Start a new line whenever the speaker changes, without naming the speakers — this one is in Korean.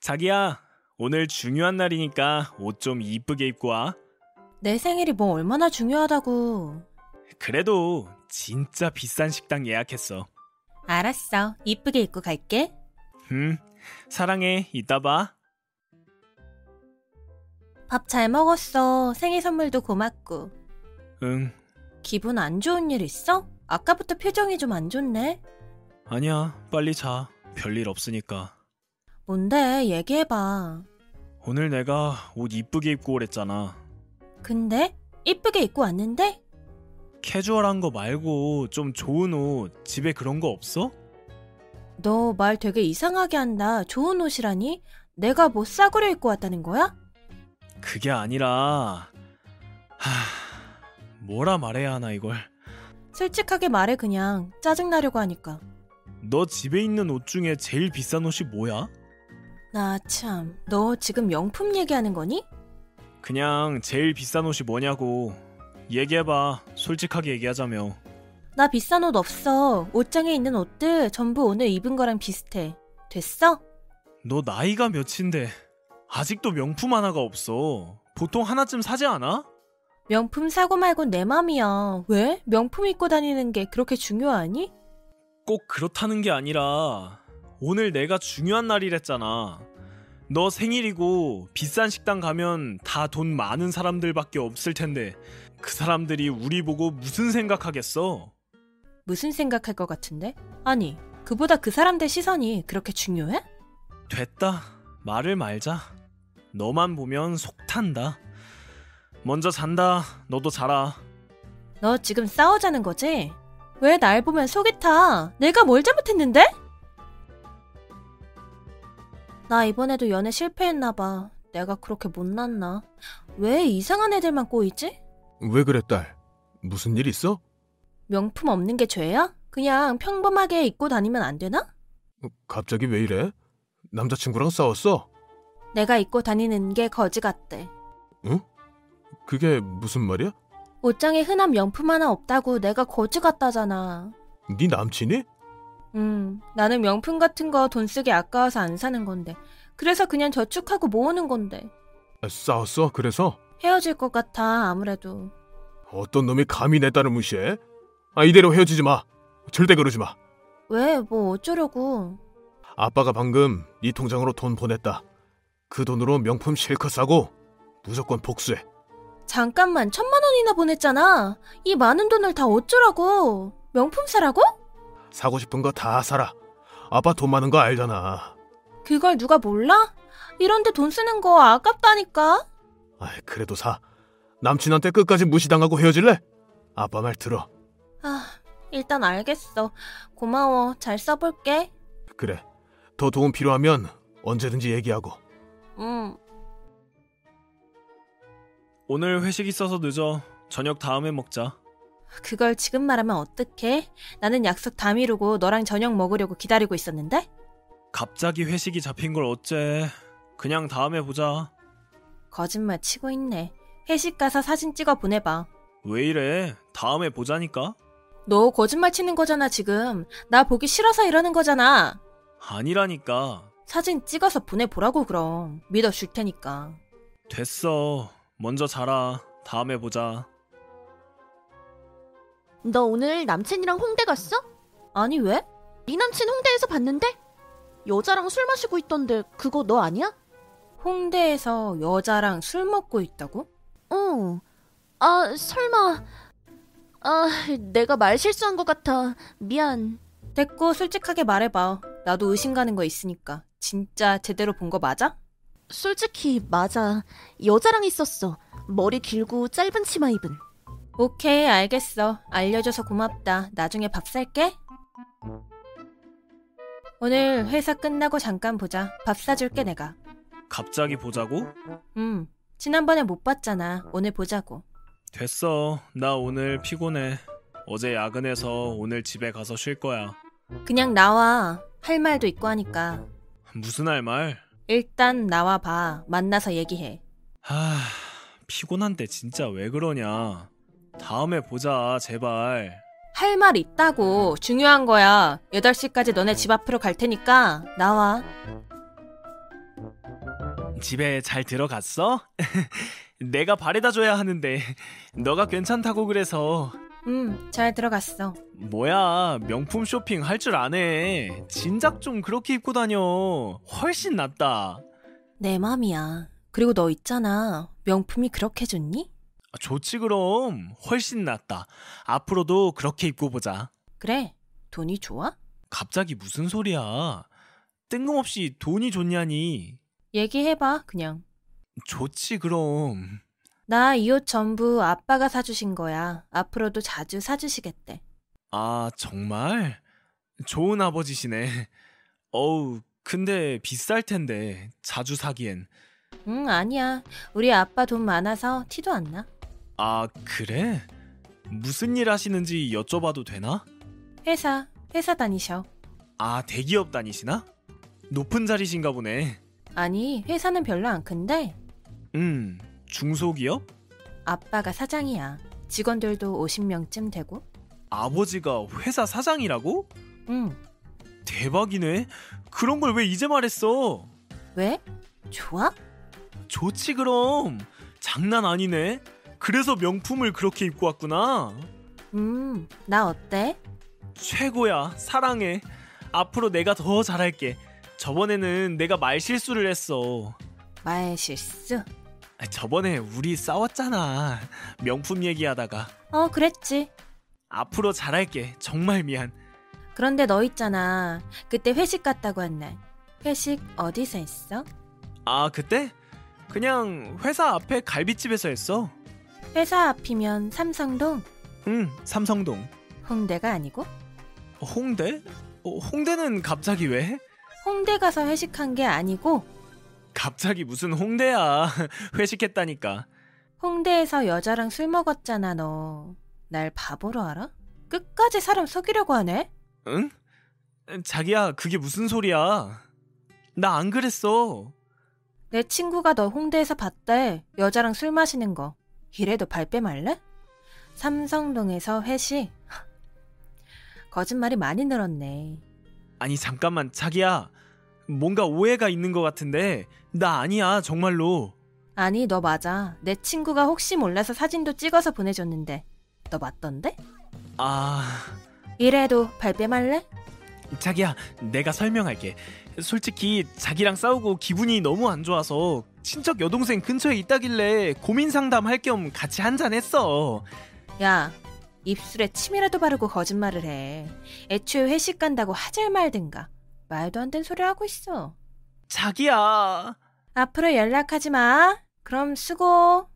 자기야, 오늘 중요한 날이니까 옷 좀 이쁘게 입고 와.
내 생일이 뭐 얼마나 중요하다고.
그래도 진짜 비싼 식당 예약했어.
알았어. 이쁘게 입고 갈게.
음, 사랑해. 이따 봐.
밥 잘 먹었어. 생일 선물도 고맙고.
응,
기분 안 좋은 일 있어? 아까부터 표정이 좀 안 좋네.
아니야. 빨리 자. 별일 없으니까.
뭔데? 얘기해봐.
오늘 내가 옷 이쁘게 입고 오랬잖아.
근데? 이쁘게 입고 왔는데?
캐주얼한 거 말고 좀 좋은 옷 집에 그런 거 없어?
너 말 되게 이상하게 한다. 좋은 옷이라니? 내가 뭐 싸구려 입고 왔다는 거야?
그게 아니라 하 뭐라 말해야 하나 이걸
솔직하게 말해 그냥 짜증나려고 하니까.
너 집에 있는 옷 중에 제일 비싼 옷이 뭐야?
나 참, 너 지금 명품 얘기하는 거니?
그냥 제일 비싼 옷이 뭐냐고 얘기해봐 솔직하게 얘기하자며
나 비싼 옷 없어. 옷장에 있는 옷들 전부 오늘 입은 거랑 비슷해. 됐어?
너 나이가 몇인데 아직도 명품 하나가 없어 보통 하나쯤 사지 않아?
명품 사고 말곤 내 맘이야. 왜? 명품 입고 다니는 게 그렇게 중요하니?
꼭 그렇다는 게 아니라 오늘 내가 중요한 날이랬잖아. 너 생일이고 비싼 식당 가면 다 돈 많은 사람들밖에 없을 텐데 그 사람들이 우리 보고 무슨 생각하겠어?
무슨 생각할 것 같은데? 아니, 그보다 그 사람들 시선이 그렇게 중요해?
됐다. 말을 말자. 너만 보면 속 탄다. 먼저 잔다. 너도 자라.
너 지금 싸우자는 거지? 왜 날 보면 속이 타? 내가 뭘 잘못했는데? 나 이번에도 연애 실패했나봐. 내가 그렇게 못났나? 왜 이상한 애들만 꼬이지?
왜 그래, 딸? 무슨 일 있어?
명품 없는 게 죄야? 그냥 평범하게 입고 다니면 안 되나?
어, 갑자기 왜 이래? 남자친구랑 싸웠어?
내가 입고 다니는 게 거지 같대.
그게 무슨 말이야?
옷장에 흔한 명품 하나 없다고 내가 거지 같다잖아.
네 남친이?
음, 나는 명품 같은 거 돈 쓰기 아까워서 안 사는 건데. 그래서 그냥 저축하고 모으는 건데.
아, 싸웠어? 그래서?
헤어질 것 같아, 아무래도.
어떤 놈이 감히 내 딸을 무시해? 아, 이대로 헤어지지 마. 절대 그러지 마.
왜, 뭐 어쩌려고.
아빠가 방금 네 통장으로 돈 보냈다. 그 돈으로 명품 실컷 사고 무조건 복수해.
잠깐만, 천만 원이나 보냈잖아. 이 많은 돈을 다 어쩌라고. 명품 사라고?
사고 싶은 거 다 사라. 아빠 돈 많은 거 알잖아.
그걸 누가 몰라? 이런데 돈 쓰는 거 아깝다니까.
아, 그래도 사. 남친한테 끝까지 무시당하고 헤어질래? 아빠 말 들어.
아, 일단 알겠어. 고마워. 잘 써볼게.
그래. 더 도움 필요하면 언제든지 얘기하고.
음.
오늘 회식 있어서 늦어. 저녁 다음에 먹자.
그걸 지금 말하면 어떡해? 나는 약속 다 미루고 너랑 저녁 먹으려고 기다리고 있었는데?
갑자기 회식이 잡힌 걸 어째. 그냥 다음에 보자.
거짓말 치고 있네. 회식 가서 사진 찍어 보내봐.
왜 이래? 다음에 보자니까.
너 거짓말 치는 거잖아, 지금. 나 보기 싫어서 이러는 거잖아.
아니라니까.
사진 찍어서 보내보라고, 그럼. 믿어줄 테니까.
됐어. 먼저 자라. 다음에 보자.
너 오늘 남친이랑 홍대 갔어?
아니, 왜?
네 남친 홍대에서 봤는데? 여자랑 술 마시고 있던데 그거 너 아니야?
홍대에서 여자랑 술 먹고 있다고?
응. 아 설마. 아 내가 말 실수한 것 같아. 미안.
됐고, 솔직하게 말해봐. 나도 의심 가는 거 있으니까. 진짜 제대로 본 거 맞아?
솔직히 맞아. 여자랑 있었어. 머리 길고 짧은 치마 입은.
오케이, 알겠어. 알려줘서 고맙다. 나중에 밥 살게. 오늘 회사 끝나고 잠깐 보자. 밥 사줄게, 내가.
갑자기 보자고?
음, 지난번에 못 봤잖아. 오늘 보자고.
됐어. 나 오늘 피곤해. 어제 야근해서 오늘 집에 가서 쉴 거야.
그냥 나와. 할 말도 있고 하니까.
무슨 할 말?
일단 나와봐. 만나서 얘기해.
하, 피곤한데 진짜 왜 그러냐. 다음에 보자, 제발.
할 말 있다고. 중요한 거야. 8시까지 너네 집 앞으로 갈 테니까 나와.
집에 잘 들어갔어? 내가 바래다 줘야 하는데 너가 괜찮다고 그래서
음, 잘 들어갔어.
뭐야 명품 쇼핑 할 줄 아네 진작 좀 그렇게 입고 다녀 훨씬 낫다
내 맘이야. 그리고 너 있잖아. 명품이 그렇게 좋니?
아, 좋지 그럼 훨씬 낫다 앞으로도 그렇게 입고 보자
그래. 돈이 좋아?
갑자기 무슨 소리야 뜬금없이 돈이 좋냐니
얘기해봐, 그냥.
좋지 그럼
나 이 옷 전부 아빠가 사주신 거야. 앞으로도 자주 사주시겠대.
아 정말 좋은 아버지시네 어우 근데 비쌀 텐데 자주 사기엔
응, 아니야. 우리 아빠 돈 많아서 티도 안 나.
아 그래 무슨 일 하시는지 여쭤봐도 되나
회사, 회사 다니셔.
아 대기업 다니시나 높은 자리신가 보네
아니, 회사는 별로 안 큰데
음 중소기업
아빠가 사장이야. 직원들도 50명쯤 되고.
아버지가 회사 사장이라고
응.
대박이네 그런 걸 왜 이제 말했어
왜? 좋아?
좋지 그럼 장난 아니네 그래서 명품을 그렇게 입고 왔구나
음, 나 어때?
최고야 사랑해 앞으로 내가 더 잘할게 저번에는 내가 말 실수를 했어
말 실수.
아, 저번에 우리 싸웠잖아 명품 얘기하다가
어, 그랬지.
앞으로 잘할게 정말 미안
그런데 너 있잖아. 그때 회식 갔다고 한 날. 회식 어디서 했어?
아 그때 그냥 회사 앞에 갈비집에서 했어
회사 앞이면 삼성동?
응 삼성동
홍대가 아니고?
홍대 어, 홍대는 갑자기 왜
홍대 가서 회식한 게 아니고
갑자기 무슨 홍대야 회식했다니까
홍대에서 여자랑 술 먹었잖아 너. 날 바보로 알아? 끝까지 사람 속이려고 하네?
응 자기야 그게 무슨 소리야 나 안 그랬어
내 친구가 너 홍대에서 봤대. 여자랑 술 마시는 거. 이래도 발뺌할래? 삼성동에서 회식. 거짓말이 많이 늘었네.
아니 잠깐만 자기야 뭔가 오해가 있는 것 같은데 나 아니야 정말로
아니, 너 맞아. 내 친구가 혹시 몰라서 사진도 찍어서 보내줬는데. 너 맞던데?
아
이래도 발뺌할래?
자기야 내가 설명할게 솔직히 자기랑 싸우고 기분이 너무 안 좋아서 친척 여동생 근처에 있다길래 고민 상담할 겸 같이 한잔 했어
야, 입술에 침이라도 바르고 거짓말을 해. 애초에 회식 간다고 하잘 말든가. 말도 안 되는 소리 하고 있어.
자기야
앞으로 연락하지 마. 그럼 수고.